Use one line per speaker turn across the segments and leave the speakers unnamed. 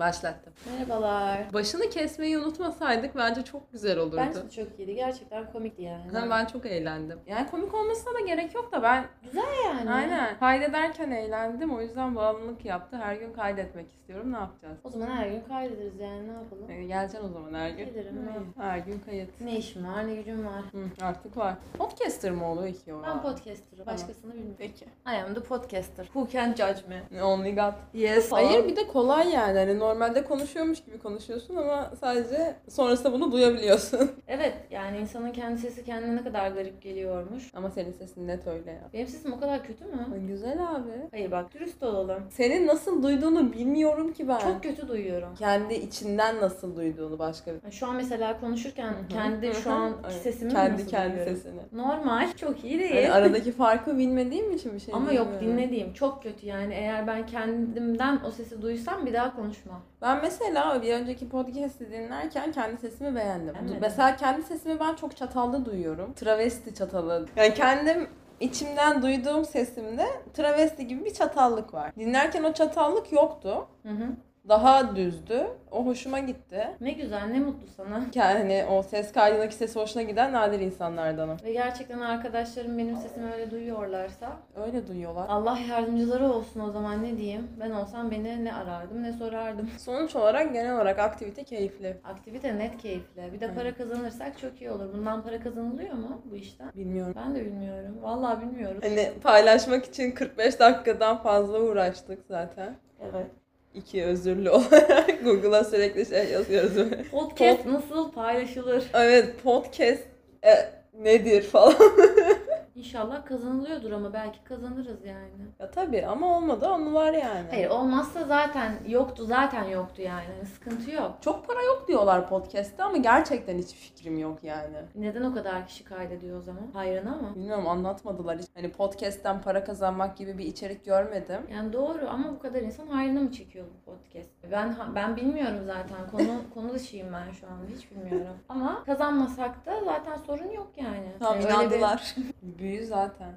Başlattım.
Merhabalar.
Başını kesmeyi unutmasaydık bence çok güzel olurdu.
Bence de çok iyiydi. Gerçekten komikti yani.
Ha, ben çok eğlendim. Yani komik olmasına da gerek yok da ben
yani.
aynen kaydederken eğlendim. O yüzden bağımlılık yaptı. Her gün kaydetmek istiyorum. Ne yapacağız?
O zaman her gün kaydederiz yani ne yapalım?
Yani geleceksin o zaman her gün.
Gelirim,
Hı, Her gün kayıt.
Ne işim var ne gücüm var.
Hı, artık var. Podcaster mı oluyor ki o?
Ben podcaster'ım. Başkasını bilmiyorum.
Peki.
I am the podcaster. Who can judge me?
Only God.
Yes.
Hayır bir de kolay yani. Hani normalde konuşuyormuş gibi konuşuyorsun ama sadece sonrasında bunu duyabiliyorsun.
Evet yani insanın kendi sesi kendine ne kadar garip geliyormuş.
ama senin sesin net öyle ya.
Benim sesim o kadar kötü mü?
Güzel abi.
Hayır bak dürüst olalım.
Senin nasıl duyduğunu bilmiyorum ki ben.
Çok kötü duyuyorum.
kendi içinden nasıl duyduğunu başka bir.
Yani Şu an mesela konuşurken
Hı hı.
kendi şu
Hı hı.
an
Evet.
sesimi
kendi
nasıl
kendi
duyuyorum?
sesini.
Normal. Çok iyi değil.
Hani aradaki farkı bilmediğim için bir şey
Ama yok
bilmiyorum.
dinlediğim çok kötü yani eğer ben kendimden o sesi duysam bir daha konuşmam.
Ben mesela bir önceki podcast'i dinlerken kendi sesimi beğendim.
Beğenmedin.
Mesela kendi sesimi ben çok çatallı duyuyorum. Travesti çatalı. Yani kendim içimden duyduğum sesimde travesti gibi bir çatallık var. Dinlerken o çatallık yoktu.
Hı hı.
Daha düzdü. O hoşuma gitti.
Ne güzel ne mutlu sana.
Yani hani o ses kaydındaki sesi hoşuna giden nadir insanlardanım.
Ve gerçekten arkadaşlarım benim sesimi öyle duyuyorlarsa
Öyle duyuyorlar.
Allah yardımcıları olsun o zaman ne diyeyim. Ben olsam beni ne arardım ne sorardım.
Sonuç olarak genel olarak aktivite keyifli.
Aktivite net keyifli. Bir de para kazanırsak çok iyi olur. Bundan para kazanılıyor mu bu işten?
Bilmiyorum.
Ben de bilmiyorum. Vallahi bilmiyorum.
Hani paylaşmak için 45 dakikadan fazla uğraştık zaten.
Evet.
İki özürlü olarak Google'a sürekli şey yazıyoruz böyle.
Podcast nasıl paylaşılır?
Evet podcast e, nedir falan.
İnşallah kazanılıyordur ama belki kazanırız yani.
Ya tabii ama olmadı anılar yani.
Hayır olmazsa zaten yoktu zaten yoktu yani. Hani Sıkıntı yok.
Çok para yok diyorlar podcast'te ama gerçekten hiçbir fikrim yok yani.
Neden o kadar kişi kaydediyor o zaman? Hayran ama.
Bilmiyorum anlatmadılar hiç. Hani podcast'ten para kazanmak gibi bir içerik görmedim.
Yani doğru ama bu kadar insan hayrına mı çekiyor bu podcast? Ben ha- ben bilmiyorum zaten. Konu konu dışıyım ben şu anda. Hiç bilmiyorum. ama kazanmasak da zaten sorun yok yani.
Tamam
Yani Ee, öyle bir-
inandılar. Büyü zaten.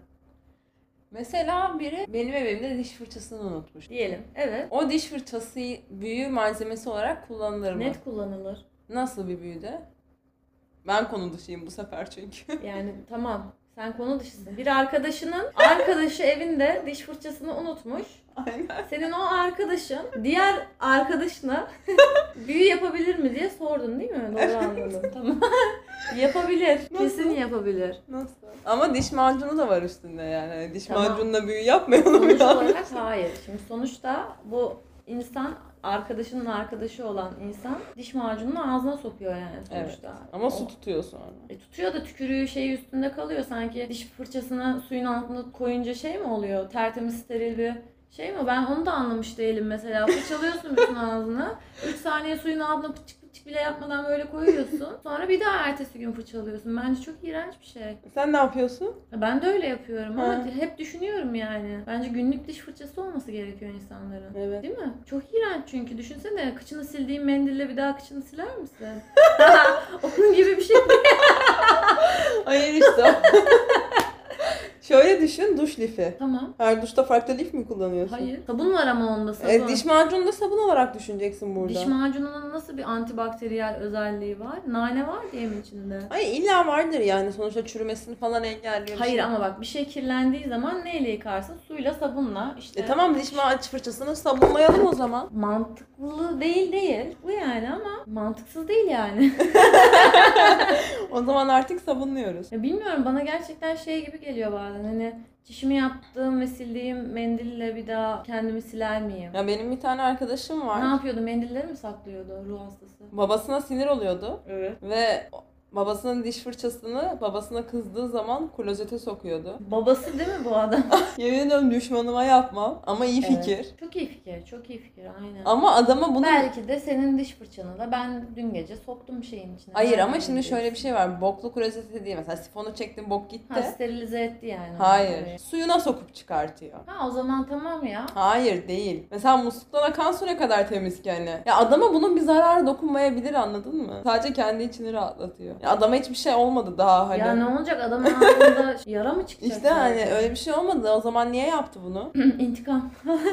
Mesela biri benim evimde diş fırçasını unutmuş.
diyelim. Evet.
O diş fırçası büyü malzemesi olarak kullanılır mı?
Net kullanılır.
Nasıl bir büyüde? Ben konu dışıyım bu sefer çünkü.
Yani tamam. Sen konu dışısın. Bir arkadaşının arkadaşı evinde diş fırçasını unutmuş.
Aynen.
Senin o arkadaşın diğer arkadaşına büyü yapabilir mi diye sordun değil mi? Doğru anladım. Tamam. yapabilir.
Nasıl?
Kesin yapabilir.
Nasıl? Ama diş macunu da var üstünde yani. Hani Diş
Tamam.
macununa büyü yapmayalım
Sonuç
ya.
olarak hayır. Şimdi sonuçta bu insan arkadaşının arkadaşı olan insan diş macununu ağzına sokuyor yani sonuçta.
Ama
O-
su tutuyor sonra.
E, tutuyor da tükürüğü şey üstünde kalıyor sanki diş fırçasını suyun altına koyunca şey mi oluyor? Tertemiz steril bir şey mi? Ben onu da anlamış değilim mesela. Fırçalıyorsun bütün ağzını. 3 saniye suyun altına pıçık pıçık bile yapmadan böyle koyuyorsun. Sonra bir daha ertesi gün fırçalıyorsun. Bence çok iğrenç bir şey.
Sen ne yapıyorsun?
Ben de öyle yapıyorum ama
Ha.
hep düşünüyorum yani. Bence günlük diş fırçası olması gerekiyor insanların.
Evet.
Değil mi? Çok iğrenç çünkü. Düşünsene kıçını sildiğin mendille bir daha kıçını siler misin? Onun gibi bir şey
Hayır işte. Şöyle düşün duş lifi.
Tamam.
Her duşta farklı lif mi kullanıyorsun?
Hayır. Sabun var ama onda sabun.
E, diş macunu da sabun olarak düşüneceksin burada.
Diş macununun nasıl bir antibakteriyel özelliği var? Nane var diye mi içinde?
Ay illa vardır yani sonuçta çürümesini falan engelliyor. bir
Hayır
şey.
ama bak bir şey kirlendiği zaman neyle yıkarsın? Suyla sabunla işte.
E tamam diş macunu fırçasını sabunlayalım o zaman.
Mantıklı değil değil. Bu yani ama mantıksız değil yani.
O zaman artık sabunluyoruz.
ya bilmiyorum bana gerçekten şey gibi geliyor bazen hani dişimi yaptığım ve sildiğim mendille bir daha kendimi siler miyim?
Ya benim bir tane arkadaşım
Ne
var.
yapıyordu? Mendilleri mi saklıyordu ruh hastası?
Babasına sinir oluyordu
Evet.
ve babasının diş fırçasını babasına kızdığı zaman klozete sokuyordu.
Babası değil mi bu adam?
Yemin ediyorum düşmanıma yapmam ama iyi
Evet.
fikir.
Çok iyi fikir, çok iyi fikir aynen.
Ama adama bunu
Belki de senin diş fırçanı da ben dün gece soktum şeyin içine.
Hayır ama
Nereden
şimdi şöyle bir
biliyorsun?
şey var. Boklu klozete değil mesela sifonu çektim bok gitti.
Ha sterilize etti yani. onu
Hayır.
tabii.
Suyuna sokup çıkartıyor.
Ha o zaman tamam ya.
Hayır değil. Mesela musluktan akan su ne kadar temiz ki hani. Ya adama bunun bir zararı dokunmayabilir anladın mı? Sadece kendi içini rahatlatıyor. Ya Adama hiçbir şey olmadı daha hani.
Ya ne olacak adamın ağzında yara mı çıkacak?
işte hani öyle bir şey olmadı. O zaman niye yaptı bunu?
İntikam.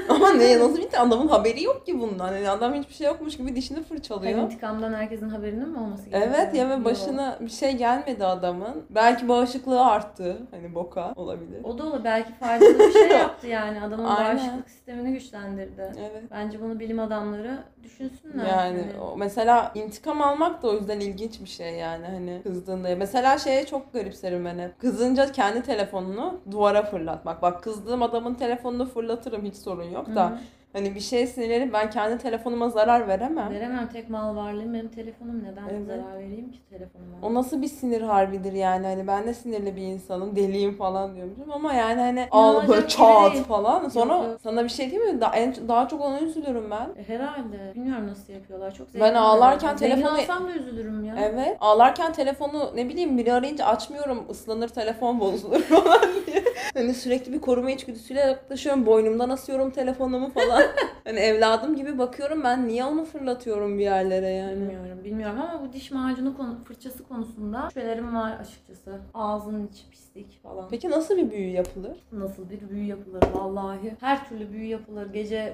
Ama ne nasıl bir adamın haberi yok ki bundan. Yani adam hiçbir şey yokmuş gibi dişini
Hani
fırçalıyor.
intikamdan herkesin haberinin mi olması gerekiyor?
Evet ya
Yok.
ve başına bir şey gelmedi adamın. Belki bağışıklığı arttı. Hani boka olabilir.
O da olur. Belki faydalı bir şey yaptı yani. Adamın
Aynen.
bağışıklık sistemini güçlendirdi.
Evet.
Bence bunu bilim adamları düşünsünler. Hani-
Yani o mesela intikam almak da o yüzden ilginç bir şey yani hani kızdığında. Mesela şeye çok garipserim ben hep. Kızınca kendi telefonunu duvara fırlatmak. Bak kızdığım adamın telefonunu fırlatırım hiç sorun yok da.
Hı
Hani bir şey sinirlenip ben kendi telefonuma zarar
hı.
veremem.
Veremem tek mal varlığım benim telefonum. Neden
Evet.
zarar vereyim ki telefonuma?
O nasıl bir sinir harbidir yani hani ben de sinirli bir insanım deliyim falan diyormuşum ama yani hani
İnanılacak
al böyle
gibi
çat
şey değil.
falan sonra
Yok, yok.
sana bir şey değil mi daha, en, daha çok ona üzülürüm ben.
E, Herhalde. Bilmiyorum nasıl yapıyorlar. Çok
Ben
zengin.
ağlarken
zengin
telefonu-
olsam da üzülürüm ya.
Evet. Ağlarken telefonu ne bileyim biri arayınca açmıyorum ıslanır telefon bozulur falan diye. Hani sürekli bir koruma içgüdüsüyle yaklaşıyorum. Boynumdan asıyorum telefonumu falan. hani evladım gibi bakıyorum ben niye onu fırlatıyorum bir yerlere yani.
Bilmiyorum, bilmiyorum ama bu diş macunu konu, fırçası konusunda şüphelerim var açıkçası. Ağzının içi pislik falan.
Peki nasıl bir büyü yapılır?
Nasıl bir büyü yapılır vallahi. Her türlü büyü yapılır. Gece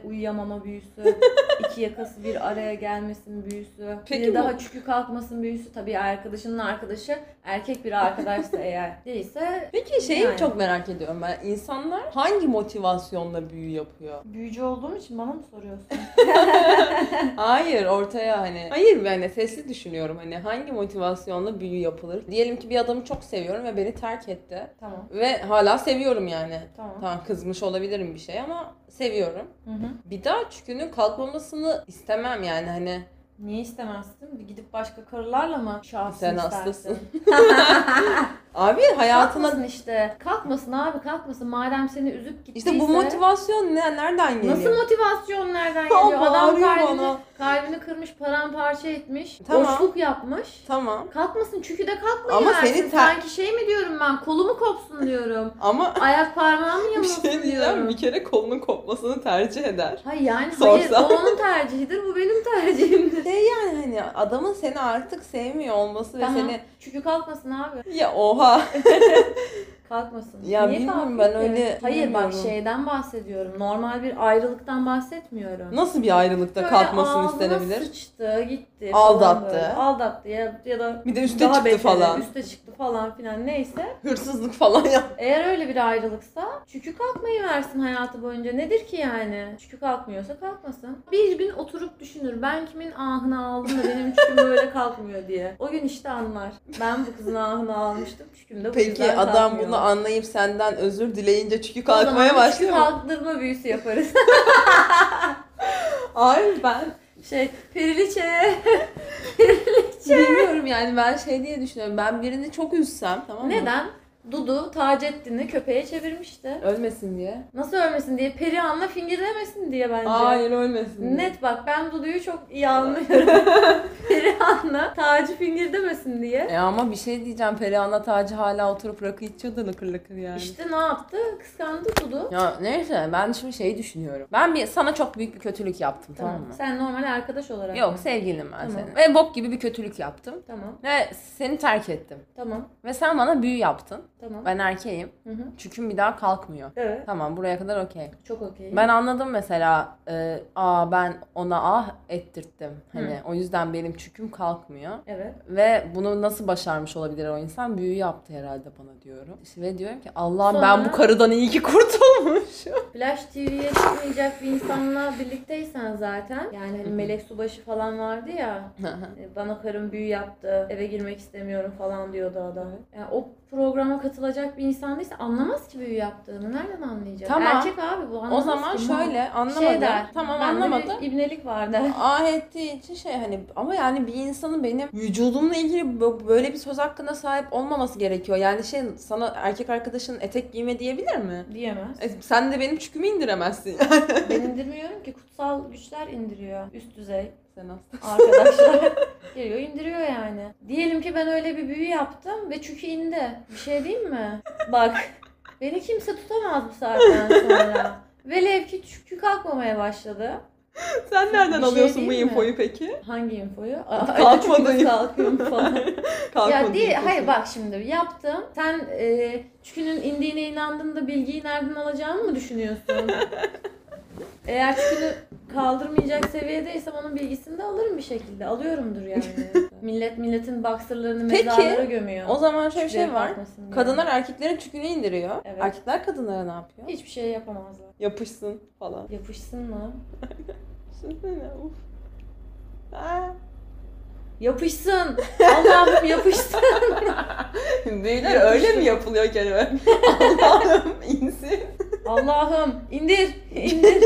uyuyamama büyüsü, iki yakası bir araya gelmesin büyüsü,
Peki
biri
bu-
daha çükü kalkmasın büyüsü. Tabii arkadaşının arkadaşı erkek bir arkadaşsa eğer değilse
Peki şeyi
Yani.
çok merak ediyorum ben. İnsanlar hangi motivasyonla büyü yapıyor?
büyücü olduğum için bana mı soruyorsun?
Hayır ortaya hani. Hayır ben de sessiz düşünüyorum hani hangi motivasyonla büyü yapılır? Diyelim ki bir adamı çok seviyorum ve beni terk etti.
tamam.
Ve hala seviyorum yani.
Tamam.
Tamam kızmış olabilirim bir şey ama seviyorum.
Hı hı.
Bir daha çükünün kalkmamasını istemem yani hani.
Niye istemezsin? Gidip başka karılarla mı şahsın
Sen
istersin?
hastasın. Abi hayatına...
Kalkmasın işte. Kalkmasın abi kalkmasın. Madem seni üzüp gittiyse.
işte bu motivasyon ne nereden geliyor?
Nasıl motivasyon nereden
Ya
geliyor? Adam
bağırıyor
kalbini,
bana.
kalbini kırmış, paramparça etmiş.
Tamam.
Boşluk yapmış.
Tamam
Kalkmasın çünkü de kalkmayı
Ama
Ama
seni ter-
Sanki şey mi diyorum ben kolumu kopsun diyorum.
ama
Ayak parmağım
bir
yanılsın
şey diyeceğim
diyorum.
bir kere kolunun kopmasını tercih eder.
Hayır yani
Sorsan.
hayır o onun tercihidir bu benim tercihimdir.
Şey yani hani adamın seni artık sevmiyor olması ve
Tamam.
seni
Çünkü kalkmasın abi.
ya oha
Kalkmasın.
Ya
Niye
bilmiyorum,
kalkıyor
ben
ki?
öyle
Hayır bak
bilmiyorum.
şeyden bahsediyorum. Normal bir ayrılıktan bahsetmiyorum.
nasıl bir ayrılıkta
Böyle
kalkmasını
ağzına
istenebilir?
Sıçtı, gitti.
Aldattı.
Falan böyle. Aldattı ya, ya da
Bir de üste
daha
çıktı
beteri,
falan.
Üste çıktı falan filan neyse.
Hırsızlık falan yap.
Eğer öyle bir ayrılıksa çükü kalkmayı versin hayatı boyunca. Nedir ki yani? Çükü kalkmıyorsa kalkmasın. Bir gün oturup düşünür. Ben kimin ahını aldım da benim çüküm böyle kalkmıyor diye. O gün işte anlar. Ben bu kızın ahını almıştım. Çüküm de bu
Peki
yüzden
adam
kalkmıyor.
bunu anlayıp senden özür dileyince çünkü
O zaman
kalkmaya
çükü
başlıyor mu?
kalkdırma büyüsü yaparız.
Hayır ben
şey periliçe.
Bilmiyorum yani ben şey diye düşünüyorum. Ben birini çok üzsem tamam mı?
Neden? Dudu Taceddin'i köpeğe çevirmişti.
Ölmesin diye.
Nasıl ölmesin diye Perihan'la fingirdemesin diye bence.
Hayır ölmesin. diye.
Net bak ben Dudu'yu çok iyi anlıyorum. Perihan'la Taci fingirdemesin diye.
E ama bir şey diyeceğim. Perihan'la Taci hala oturup rakı içiyordu lıkır lıkır yani.
İşte ne yaptı? Kıskandı Dudu.
Ya neyse ben şimdi şeyi düşünüyorum. Ben bir sana çok büyük bir kötülük yaptım tamam, mı?
Sen normal arkadaş olarak.
Yok
mı?
sevgilim ben
Tamam.
senin. Ve bok gibi bir kötülük yaptım.
Tamam.
Ve seni terk ettim.
Tamam.
Ve sen bana büyü yaptın.
Tamam.
Ben erkeğim.
Hı hı.
Çüküm bir daha kalkmıyor.
Evet.
Tamam buraya kadar okey.
Çok okey.
Ben anladım mesela e, aa ben ona ah ettirttim. Hani o yüzden benim çüküm kalkmıyor.
Evet.
Ve bunu nasıl başarmış olabilir o insan? Büyü yaptı herhalde bana diyorum. İşte Ve diyorum ki Allah'ım
Sonra-
ben bu karıdan iyi ki kurtulmuşum.
Flash TV'ye çıkmayacak bir insanla birlikteysen zaten. Yani hani Melek Subaşı falan vardı ya. E, Bana karım büyü yaptı, eve girmek istemiyorum falan diyordu adam. Yani o programa katılacak bir insan değilse anlamaz ki büyü yaptığını. Nereden anlayacak?
Tamam.
Erkek abi bu
o
anlamaz
zaman
ki.
şöyle
Mal.
anlamadım.
Şey der.
tamam
bende
anlamadım.
bir ibnelik var der.
Ah ettiği için şey hani ama yani bir insanın benim vücudumla ilgili bö- böyle bir söz hakkına sahip olmaması gerekiyor. Yani şey sana erkek arkadaşın etek giyme diyebilir mi?
Diyemez.
E, sen de benim çükümü indiremezsin.
ben indirmiyorum ki kutsal güçler indiriyor. Üst düzey
Sen aslında.
arkadaşlar geliyor indiriyor yani. Diyelim ki ben öyle bir büyü yaptım ve çükü indi. Bir şey diyeyim mi? Bak beni kimse tutamaz bu saatten sonra. Velev ki çükü kalkmamaya başladı.
Sen nereden
Bir şey
alıyorsun
değil
bu
mi?
infoyu peki?
Hangi infoyu? Aa,
Kalkmadın.
çünkü Kalkıyorum falan. ya
Kalkmadın
değil,
diyorsun.
hayır bak şimdi yaptım. Sen e, çükünün indiğine inandın da bilgiyi nereden alacağını mı düşünüyorsun? Eğer çükünü kaldırmayacak seviyedeysem onun bilgisini de alırım bir şekilde. Alıyorumdur yani. Millet milletin boxerlarını
Peki,
mezarlara gömüyor.
O zaman şöyle bir şey
Çükleri
var.
kalkmasın diye.
Kadınlar erkeklerin çükünü indiriyor.
Evet.
Erkekler kadınlara ne yapıyor?
hiçbir şey yapamazlar.
Yapışsın falan.
Yapışsın mı?
Düşünsene uf. Ah. Aa.
Yapışsın. Allah'ım yapışsın.
Büyüler
Yapışsın.
öyle mi yapılıyor Kerem? Allah'ım insin.
Allah'ım indir, indir.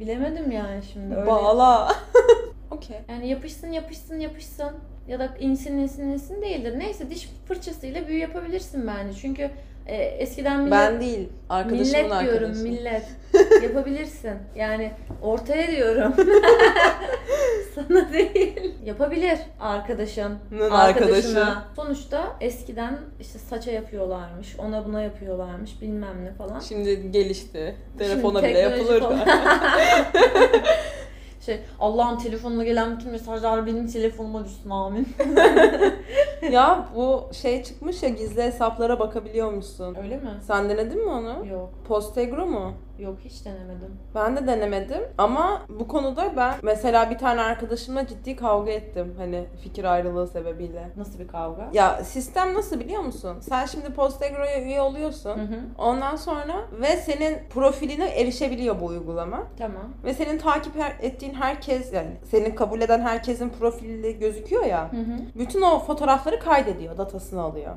Bilemedim yani şimdi. Öyle.
Bağla. Okey.
Yani yapışsın yapışsın yapışsın ya da insin insin insin değildir. Neyse diş fırçasıyla büyü yapabilirsin bence. Çünkü e, eskiden millet,
Ben değil. Arkadaşımın
millet
arkadaşı.
diyorum millet yapabilirsin. Yani ortaya diyorum. Sana değil. Yapabilir arkadaşın.
Nın arkadaşı.
Arkadaşına. Sonuçta eskiden işte saça yapıyorlarmış, ona buna yapıyorlarmış bilmem ne falan.
Şimdi gelişti. Telefona
Şimdi
bile
teknoloji
yapılır.
falan. şey Allah'ım telefonuna gelen bütün mesajlar benim telefonuma düşsün amin.
ya bu şey çıkmış ya gizli hesaplara bakabiliyor musun?
Öyle mi?
Sen denedin mi onu?
Yok.
Postegro mu?
Yok hiç denemedim.
Ben de denemedim ama bu konuda ben mesela bir tane arkadaşımla ciddi kavga ettim hani fikir ayrılığı sebebiyle.
Nasıl bir kavga?
Ya sistem nasıl biliyor musun? Sen şimdi Postegro'ya üye oluyorsun.
Hı hı.
Ondan sonra ve senin profiline erişebiliyor bu uygulama.
Tamam.
Ve senin takip her- ettiğin herkes yani senin kabul eden herkesin profili gözüküyor ya.
Hı hı.
Bütün o fotoğrafları kaydediyor, datasını alıyor.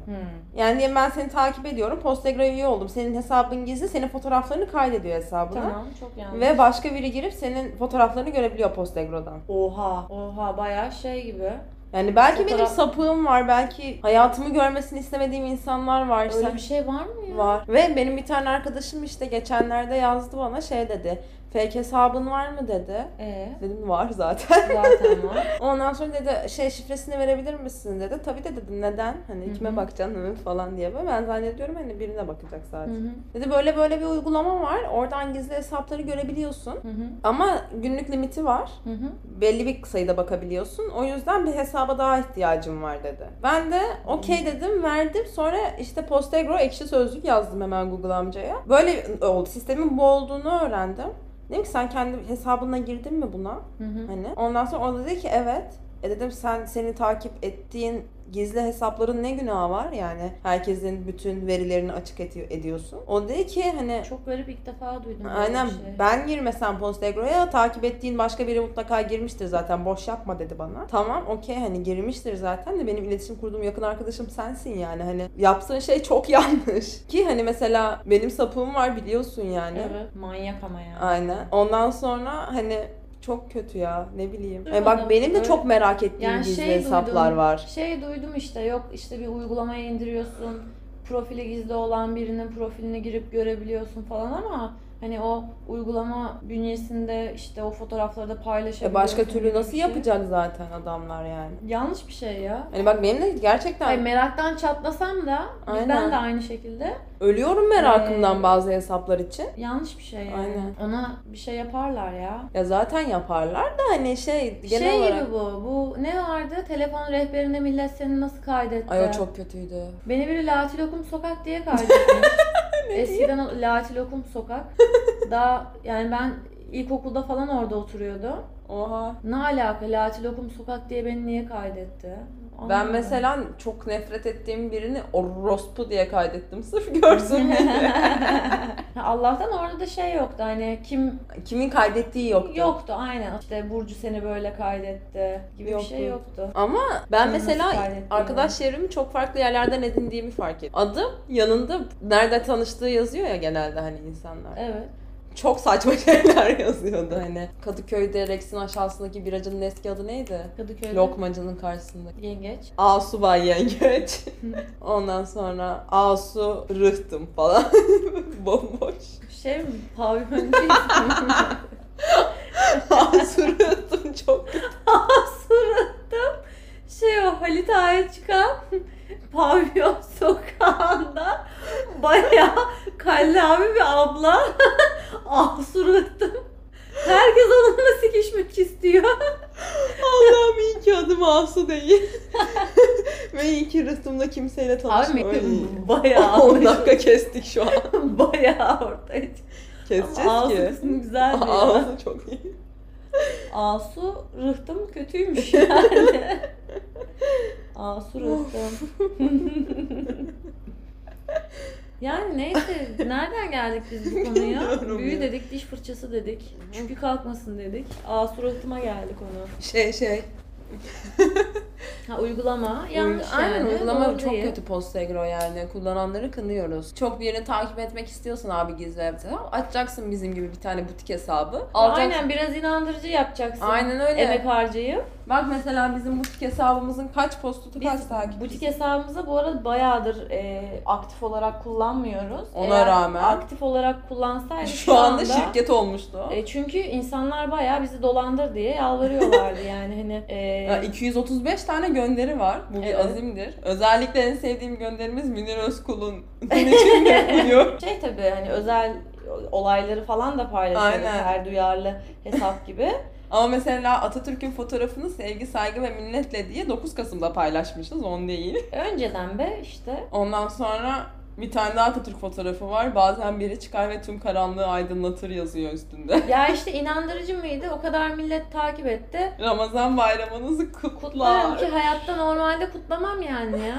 Yani diyelim ben seni takip ediyorum, Postegro'ya üye oldum. Senin hesabın gizli, senin fotoğraflarını kaydediyor hesabına.
Tamam çok yanlış.
Ve başka biri girip senin fotoğraflarını görebiliyor Postegro'dan.
Oha. Oha bayağı şey gibi.
Yani belki benim
Fotoğraf-
sapığım var, belki hayatımı görmesini istemediğim insanlar var.
Öyle
Sen-
bir şey var mı ya?
Var. Ve benim bir tane arkadaşım işte geçenlerde yazdı bana şey dedi. Fake hesabın var mı dedi.
Ee,
Dedim var zaten.
zaten var.
Ondan sonra dedi şey şifresini verebilir misin dedi. Tabii de dedim neden? Hani
Hı hı.
kime bakacaksın hı falan diye. Böyle Ben zannediyorum hani birine bakacak
Hı
zaten.
hı.
Dedi böyle böyle bir uygulama var. Oradan gizli hesapları görebiliyorsun.
Hı hı.
Ama günlük limiti var.
Hı hı.
Belli bir sayıda bakabiliyorsun. O yüzden bir hesaba daha ihtiyacım var dedi. Ben de okey dedim verdim. Sonra işte Postegro ekşi sözlük yazdım hemen Google amcaya. Böyle oldu. Sistemin bu olduğunu öğrendim. Dedim ki sen kendi hesabına girdin mi buna?
Hı hı.
Hani ondan sonra o da dedi ki evet. E dedim sen seni takip ettiğin gizli hesapların ne günahı var? Yani herkesin bütün verilerini açık edi- ediyorsun. O dedi ki hani
Çok garip ilk defa duydum. böyle bir
Aynen
şey.
ben girmesem Postegro'ya takip ettiğin başka biri mutlaka girmiştir zaten boş yapma dedi bana. Tamam okey hani girmiştir zaten de benim iletişim kurduğum yakın arkadaşım sensin yani hani yaptığın şey çok yanlış. Ki hani mesela benim sapığım var biliyorsun yani.
Evet. Manyak ama yani.
Aynen ondan sonra hani çok kötü ya ne bileyim.
Duymadım.
E bak benim de
Öyle-
çok merak ettiğim
Yani
gizli
şey
hesaplar
duydum.
var.
Şey duydum işte yok işte bir uygulamaya indiriyorsun. Profili gizli olan birinin profiline girip görebiliyorsun falan ama hani o uygulama bünyesinde işte o fotoğrafları da
E
paylaşabiliyorsun.
başka
gibi
türlü
bir
nasıl
şey.
yapacak zaten adamlar yani.
Yanlış bir şey ya.
Hani bak benim de gerçekten
Hayır, meraktan çatlasam da
Aynen.
ben de aynı şekilde
ölüyorum merakımdan
Ee,
bazı hesaplar için.
yanlış bir şey yani.
Aynen.
Ona bir şey yaparlar ya.
Ya zaten yaparlar da hani şey genel
şey
olarak.
gibi bu. Bu ne vardı? Telefon rehberine millet seni nasıl kaydetti?
Ay o çok kötüydü.
Beni biri Latilokum Sokak diye kaydetmiş. Eskiden o Latilokum Sokak. Daha yani ben ilkokulda falan orada oturuyordum.
Oha.
Ne alaka Latilokum Sokak diye beni niye kaydetti?
Ben
Anlamadım.
mesela çok nefret ettiğim birini orospu diye kaydettim sırf görsün diye.
Allah'tan orada da şey yoktu hani kim
Kimin kaydettiği
yoktu.
yoktu.
aynen. İşte Burcu seni böyle kaydetti gibi
Yoktu.
bir şey yoktu.
Ama ben
Kimin nasıl
mesela
kaydettiği
arkadaş çevremi çok farklı yerlerden edindiğimi fark ettim. Adım yanında nerede tanıştığı yazıyor ya genelde hani insanlar.
Evet.
Çok saçma şeyler yazıyordu hani. Kadıköy'de Rex'in aşağısındaki biracının eski adı neydi?
Kadıköy'de
Lokmacının karşısında.
yengeç.
Asu Bay Yengeç. Ondan sonra Asu Rıhtım falan. Bomboş.
Şey mi? Pavyoncu ismi mi?
Asu Rıhtım çok
suratım şey o Halit Ağa'ya çıkan pavyon sokağında bayağı kallavi bir abla asuratım Ah, Herkes onunla sikişmek istiyor.
Allah'ım iyi ki adım Asu değil. Ve iyi ki rıhtımda kimseyle
Abi
tanışmıyorum.
bayağı
10
anlaşıldı.
dakika kestik şu an.
bayağı ortaya çıktı.
Keseceğiz
Ama Asu
ki.
kısmı güzeldi ya.
Asu çok iyi.
Asu rıhtım kötüymüş yani. Asu rıhtım. yani neyse nereden geldik biz bu konuya?
Bilmiyorum
Büyü
ya.
dedik, diş fırçası dedik. Çünkü kalkmasın dedik. Asu rıhtıma geldi konu.
Şey şey.
Ha uygulama.
Uyum,
Yanlış
aynen
yani.
uygulama
doğru
çok
değil.
kötü Postegro yani. Kullananları kınıyoruz. Çok bir yere takip etmek istiyorsan abi gizli web hesabı, Açacaksın bizim gibi bir tane butik hesabı. Alacaksın.
Aynen biraz inandırıcı yapacaksın.
Aynen öyle.
Emek harcayıp.
Bak mesela bizim butik hesabımızın kaç postutu kaç
Biz
takipçisi.
butik hesabımızı bu arada bayağıdır e, aktif olarak kullanmıyoruz.
Ona rağmen.
Aktif olarak kullansaydık
Şu anda şirket olmuştu.
E, çünkü insanlar bayağı bizi dolandır diye yalvarıyorlardı yani hani e,
Ya 235 tane gönderi var. Bu bir
Evet.
azimdir. Özellikle en sevdiğim gönderimiz Münir Özkul'un için yapılıyor.
şey tabii hani özel olayları falan da paylaşıyoruz
Aynen.
her duyarlı hesap gibi.
Ama mesela Atatürk'ün fotoğrafını sevgi, saygı ve minnetle diye 9 Kasım'da paylaşmışız. On değil.
Önceden be işte
Ondan sonra bir tane daha Atatürk fotoğrafı var. Bazen biri çıkar ve tüm karanlığı aydınlatır yazıyor üstünde.
ya işte inandırıcı mıydı o kadar millet takip etti.
Ramazan bayramınızı
Kutlarım
kutlar.
ki hayatta normalde kutlamam yani ya.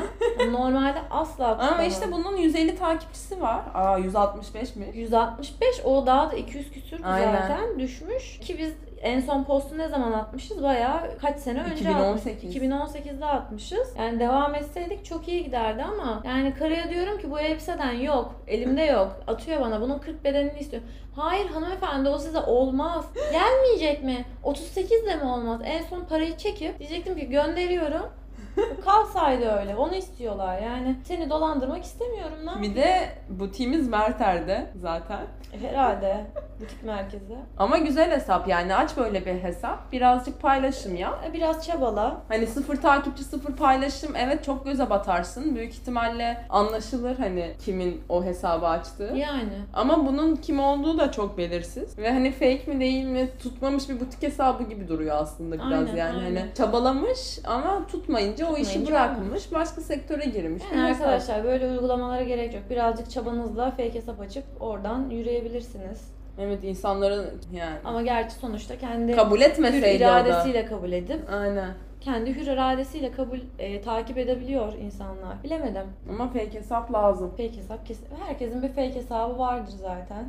Normalde asla kutlamam.
Ama işte bunun 150 takipçisi var. Aa 165 mi?
165 o daha da 200 küsür
Aynen.
zaten düşmüş ki biz en son postu ne zaman atmışız bayağı kaç sene önce
2018.
atmışız. 2018'de atmışız. Yani devam etseydik çok iyi giderdi ama yani karıya diyorum ki bu elbiseden yok. Elimde yok. Atıyor bana bunun 40 bedenini istiyor. Hayır hanımefendi o size olmaz. Gelmeyecek mi? 38 de mi olmaz? En son parayı çekip diyecektim ki gönderiyorum. Kalsaydı öyle. Onu istiyorlar. Yani seni dolandırmak istemiyorum lan.
Bir de butiğimiz Merter'de zaten.
Herhalde butik merkezi.
Ama güzel hesap yani aç böyle bir hesap. Birazcık paylaşım ya.
E, Biraz çabala.
Hani sıfır takipçi sıfır paylaşım evet çok göze batarsın. Büyük ihtimalle anlaşılır hani kimin o hesabı açtığı.
Yani.
Ama bunun kim olduğu da çok belirsiz. Ve hani fake mi değil mi tutmamış bir butik hesabı gibi duruyor aslında biraz
Aynen,
yani.
aynen.
Hani çabalamış ama tutmayınca o işi
Tutmayınca
bırakmış. Başka sektöre girmiş.
Yani arkadaşlar böyle uygulamalara gerek yok. Birazcık çabanızla fake hesap açıp oradan yürüyebilirsiniz.
Evet insanların yani
Ama gerçi sonuçta kendi
kabul
hür
etmeseydi o da.
iradesiyle kabul edip
Aynen.
kendi hür iradesiyle kabul e, takip edebiliyor insanlar. Bilemedim.
Ama fake hesap lazım.
Fake hesap kesin. Herkesin bir fake hesabı vardır zaten.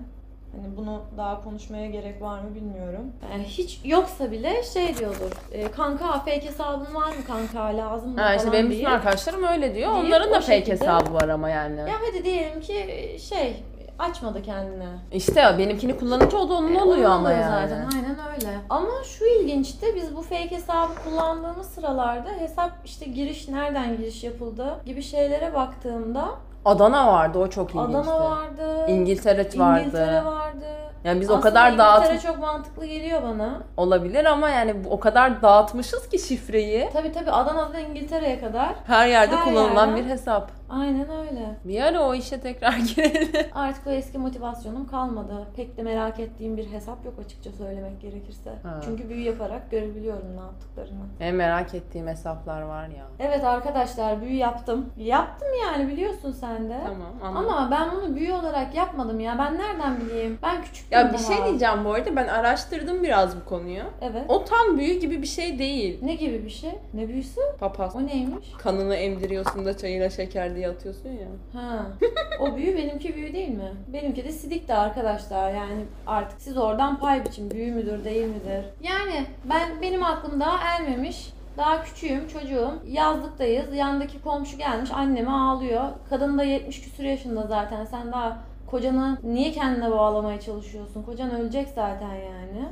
Hani bunu daha konuşmaya gerek var mı bilmiyorum. Yani hiç yoksa bile şey diyordur. E, kanka fake hesabın var mı kanka lazım mı
Ha, işte
falan
benim bütün
deyip-
arkadaşlarım öyle diyor.
Deyip
Onların da
o
fake
şekilde-
hesabı var ama yani.
Ya hadi diyelim ki şey açmadı kendine.
İşte ya, benimkini kullanıcı o da onun
E,
oluyor
onun
ama
oluyor
yani.
zaten aynen öyle. Ama şu ilginçti biz bu fake hesabı kullandığımız sıralarda hesap işte giriş nereden giriş yapıldı gibi şeylere baktığımda
Adana vardı o çok ilginçti.
Adana vardı.
İngiltere vardı.
İngiltere vardı.
Yani biz o
Aslında
kadar dağıt
İngiltere çok mantıklı geliyor bana.
olabilir ama yani bu- o kadar dağıtmışız ki şifreyi.
Tabii tabii Adana'dan İngiltere'ye kadar.
Her yerde
Her
kullanılan
yerden.
bir hesap.
Aynen öyle.
Bir ara o işe tekrar girelim.
Artık o eski motivasyonum kalmadı. Pek de merak ettiğim bir hesap yok açıkça söylemek gerekirse.
Ha.
Çünkü büyü yaparak görebiliyorum ne yaptıklarını.
Benim merak ettiğim hesaplar var ya.
Evet arkadaşlar büyü yaptım. Yaptım yani biliyorsun sen de.
Tamam anladım.
Ama ben bunu büyü olarak yapmadım ya. Ben nereden bileyim? Ben küçüktüm
Ya bir
daha.
şey diyeceğim bu arada ben araştırdım biraz bu konuyu.
Evet.
O tam büyü gibi bir şey değil.
Ne gibi bir şey? Ne büyüsü?
Papaz.
O neymiş?
Kanını emdiriyorsun da çayına şeker diye atıyorsun ya.
Ha. o büyü benimki büyü değil mi? Benimki de sidik de arkadaşlar. Yani artık siz oradan pay biçin. Büyü müdür değil midir? Yani ben benim aklım daha ermemiş. Daha küçüğüm, çocuğum. Yazlıktayız. Yandaki komşu gelmiş. Anneme ağlıyor. Kadın da 70 küsur yaşında zaten. Sen daha kocanı niye kendine bağlamaya çalışıyorsun? Kocan ölecek zaten yani.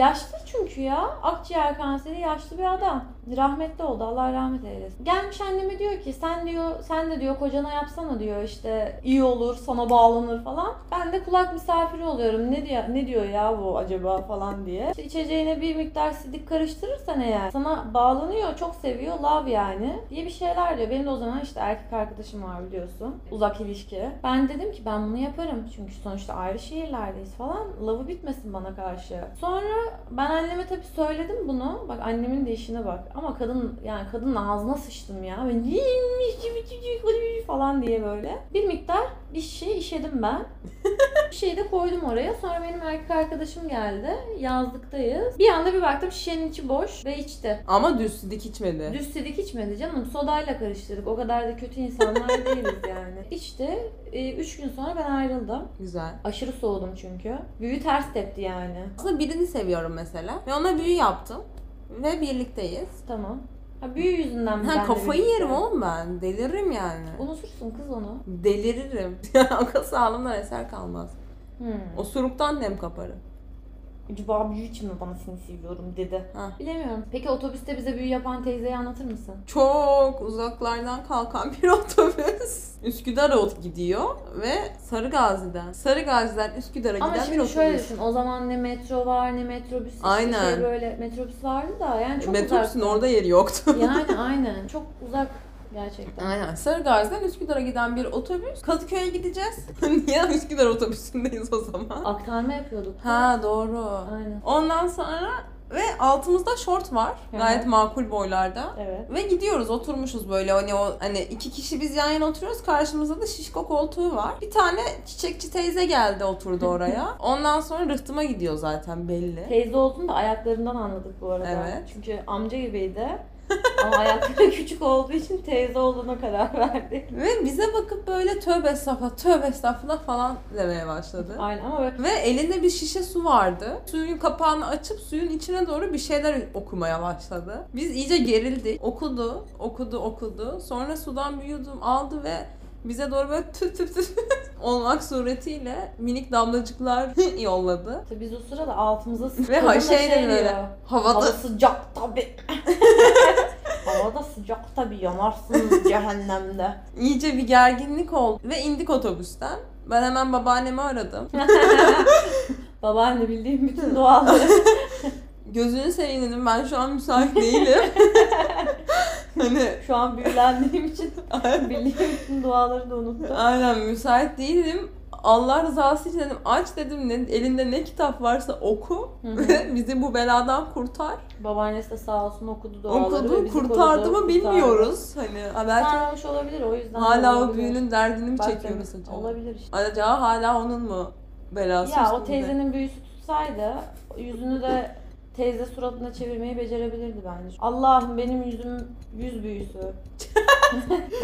Yaşlı çünkü ya. Akciğer kanseri yaşlı bir adam. Rahmetli oldu. Allah rahmet eylesin. Gelmiş anneme diyor ki sen diyor sen de diyor kocana yapsana diyor işte iyi olur sana bağlanır falan. Ben de kulak misafiri oluyorum. Ne diyor ne diyor ya bu acaba falan diye. İşte içeceğine bir miktar sidik karıştırırsan eğer sana bağlanıyor çok seviyor love yani diye bir şeyler diyor. Benim de o zaman işte erkek arkadaşım var biliyorsun. Uzak ilişki. Ben dedim ki ben bunu yaparım yaparım. Çünkü sonuçta ayrı şehirlerdeyiz falan. Lavı bitmesin bana karşı. Sonra ben anneme tabii söyledim bunu. Bak annemin de işine bak. Ama kadın yani kadının ağzına sıçtım ya. Ve falan diye böyle. Bir miktar bir şey işedim ben. bir şey de koydum oraya. Sonra benim erkek arkadaşım geldi. Yazlıktayız. Bir anda bir baktım şişenin içi boş ve içti.
Ama düz sidik içmedi.
Düz sidik içmedi canım. Sodayla karıştırdık. O kadar da kötü insanlar değiliz yani. İçti. E, üç gün sonra ben ayrıldım.
Güzel.
Aşırı soğudum çünkü. Büyü ters tepti yani.
Aslında birini seviyorum mesela. Ve ona büyü yaptım. Ve birlikteyiz.
Tamam. Ha, büyü yüzünden mi?
Ha,
ben de
kafayı
birlikte?
yerim oğlum ben. Deliririm yani.
Unutursun kız onu.
Deliririm. Akıl sağlığımdan eser kalmaz.
Hmm.
Osuruktan nem kaparım.
Acaba büyü için mi bana seni seviyorum dedi.
Ha.
Bilemiyorum. Peki otobüste bize büyü yapan teyzeyi anlatır mısın?
Çok uzaklardan kalkan bir otobüs. Üsküdar'a ot gidiyor ve Sarıgazi'den. Sarıgazi'den Üsküdar'a
Ama
giden bir
şimdi
otobüs.
şöyle düşün. O zaman ne metro var ne metrobüs işte
Aynen.
şey böyle metrobüs vardı da yani çok
E, Metrobüsün
uzak.
orada yeri yoktu.
Yani aynen. Çok uzak gerçekten.
Aynen. Sarıgazi'den Üsküdar'a giden bir otobüs. Kadıköy'e gideceğiz. Niye Üsküdar otobüsündeyiz o zaman?
Aktarma yapıyorduk.
Ha doğru.
Aynen.
Ondan sonra ve altımızda şort var.
Hı hı.
Gayet makul boylarda.
Evet.
Ve gidiyoruz oturmuşuz böyle hani o hani iki kişi biz yan yana oturuyoruz karşımızda da şişko koltuğu var. Bir tane çiçekçi teyze geldi oturdu oraya. Ondan sonra rıhtıma gidiyor zaten belli.
Teyze olduğunu da ayaklarından anladık bu arada.
Evet.
Çünkü amca gibiydi. Ama ayakları küçük olduğu için teyze olduğuna karar verdik.
Ve bize bakıp böyle tövbe estağfurullah tövbe estağfurullah falan demeye başladı.
Aynen ama böyle
Ve elinde bir şişe su vardı. Suyun kapağını açıp suyun içine doğru bir şeyler okumaya başladı. Biz iyice gerildik. Okudu, okudu, okudu. Sonra sudan bir yudum aldı ve bize doğru böyle tüp tüp tüp olmak suretiyle minik damlacıklar yolladı.
Tabii biz o sırada altımıza sık-
Ve
kadın da
şey dedi böyle,
diyor, Hava
Havada
sıcak tabii. Hava da sıcak tabii yanarsınız cehennemde.
iyice bir gerginlik oldu ve indik otobüsten. Ben hemen babaannemi aradım.
Babaanne bildiğim bütün doğalları.
Gözünü seveyim dedim ben şu an müsait değilim. hani
Şu an büyülendiğim için bildiğim bütün doğaları da unuttum.
Aynen müsait değilim. Allah rızası için dedim aç dedim ne, elinde ne kitap varsa oku
Hı hı.
ve bizi bu beladan kurtar.
Babaannesi de sağ olsun okudu doğaları. ve
Okudu
bizi
kurtardı
korudu,
mı bilmiyoruz. Hani ha, belki
Sarmamış olabilir o yüzden.
hala o
olabilir.
büyünün derdini mi
Belki
çekiyoruz acaba?
Olabilir işte.
Acaba hala onun mu belası?
Ya o
üstünde?
teyzenin büyüsü tutsaydı yüzünü de teyze suratına çevirmeyi becerebilirdi bence. Allah'ım benim yüzüm yüz büyüsü.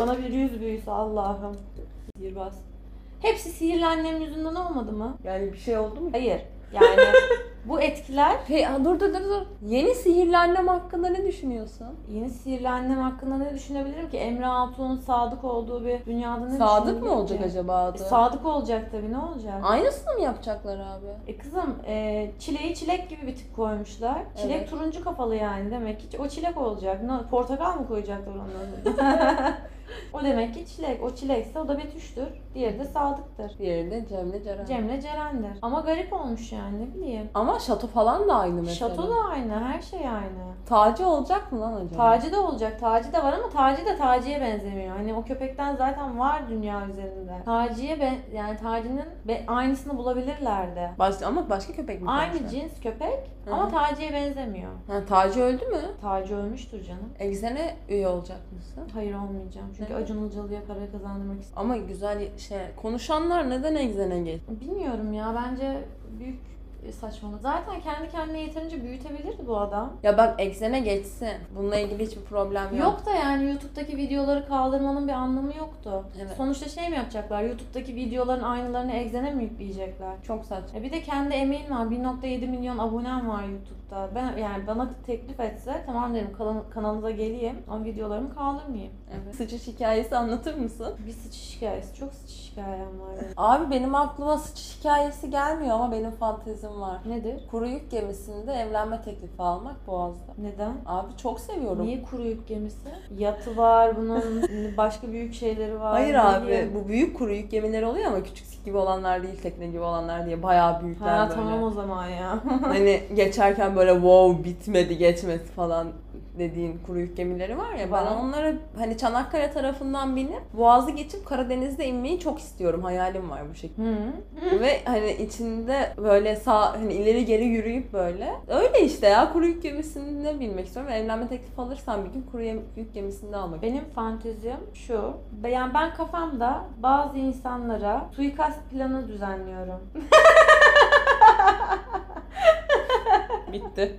Bana bir yüz büyüsü Allah'ım. Sihirbaz. Hepsi sihirli annemin yüzünden olmadı mı?
Yani bir şey oldu mu?
Hayır. Yani bu etkiler
Hey, aa, dur dur dur dur. Yeni sihirli annem hakkında ne düşünüyorsun?
yeni sihirli annem hakkında ne düşünebilirim ki? Emre Altun'un sadık olduğu bir dünyada ne
Sadık mı
düşünebilirim
olacak
ki?
acaba
E,
adı?
sadık olacak tabii ne olacak?
Aynısını mı yapacaklar abi?
E kızım e, çileği çilek gibi bir tip koymuşlar. Çilek
Evet.
turuncu kafalı yani demek ki o çilek olacak. Ne- portakal mı koyacaklar onun adına? o demek ki çilek. O çilekse o da betüştür. Diğeri de sadıktır.
Diğeri de Cemre Ceren.
Cemre Ceren'dir. Ama garip olmuş yani ne bileyim.
Ama şato falan da aynı mesela.
Şato da aynı, her şey aynı.
Taci olacak mı lan acaba?
Taci de olacak, Taci de var ama Taci de Taci'ye benzemiyor. Hani o köpekten zaten var dünya üzerinde. Taci'ye ben, yani Taci'nin be- aynısını bulabilirlerdi.
Baş- ama başka köpek mi?
Aynı
konuşuyor?
cins köpek
Hı
ama
hı.
Taci'ye benzemiyor.
Ha, Taci öldü mü?
Taci ölmüştür canım.
E sene üye olacak mısın?
Hayır olmayacağım. Çünkü
Neden?
Acun Ilıcalı'ya para kazandırmak istiyorum.
Ama güzel şey konuşanlar neden egzene geç?
Bilmiyorum ya bence büyük e, saçmalık. Zaten kendi kendine yeterince büyütebilirdi bu adam.
Ya bak egzene geçsin. Bununla ilgili hiçbir problem yok.
Yok da yani YouTube'daki videoları kaldırmanın bir anlamı yoktu.
Evet.
Sonuçta şey mi yapacaklar? YouTube'daki videoların aynılarını egzene mi yükleyecekler?
Çok saçma.
E bir de kendi emeğin var. 1.7 milyon abonem var YouTube'da. Ben yani bana teklif etse tamam derim kalan- kanalınıza geleyim ama videolarımı kaldırmayayım.
Evet. Sıçış hikayesi anlatır mısın?
Bir sıçış hikayesi. Çok sıçış hikayem var. benim.
Abi benim aklıma sıçış hikayesi gelmiyor ama benim fantezim var.
Nedir?
Kuru yük gemisinde evlenme teklifi almak Boğaz'da.
Neden?
Abi çok seviyorum.
Niye kuru yük gemisi? Yatı var bunun, başka büyük şeyleri var.
Hayır
ne
abi
bileyim.
bu büyük kuru yük gemileri oluyor ama küçük gibi olanlar değil tekne gibi olanlar diye bayağı büyükler
Ha
böyle.
tamam o zaman ya.
hani geçerken böyle wow bitmedi geçmesi falan dediğin kuru gemileri var ya ben
Var.
onlara hani Çanakkale tarafından binip Boğaz'ı geçip Karadeniz'de inmeyi çok istiyorum. Hayalim var bu şekilde.
Hı.
Ve hani içinde böyle sağ hani ileri geri yürüyüp böyle. Öyle işte ya kuru yük gemisinde binmek istiyorum. Evlenme teklifi alırsam bir gün kuru yem- yük gemisinde almak
Benim fantezim şu. Yani ben kafamda bazı insanlara suikast planı düzenliyorum.
bitti.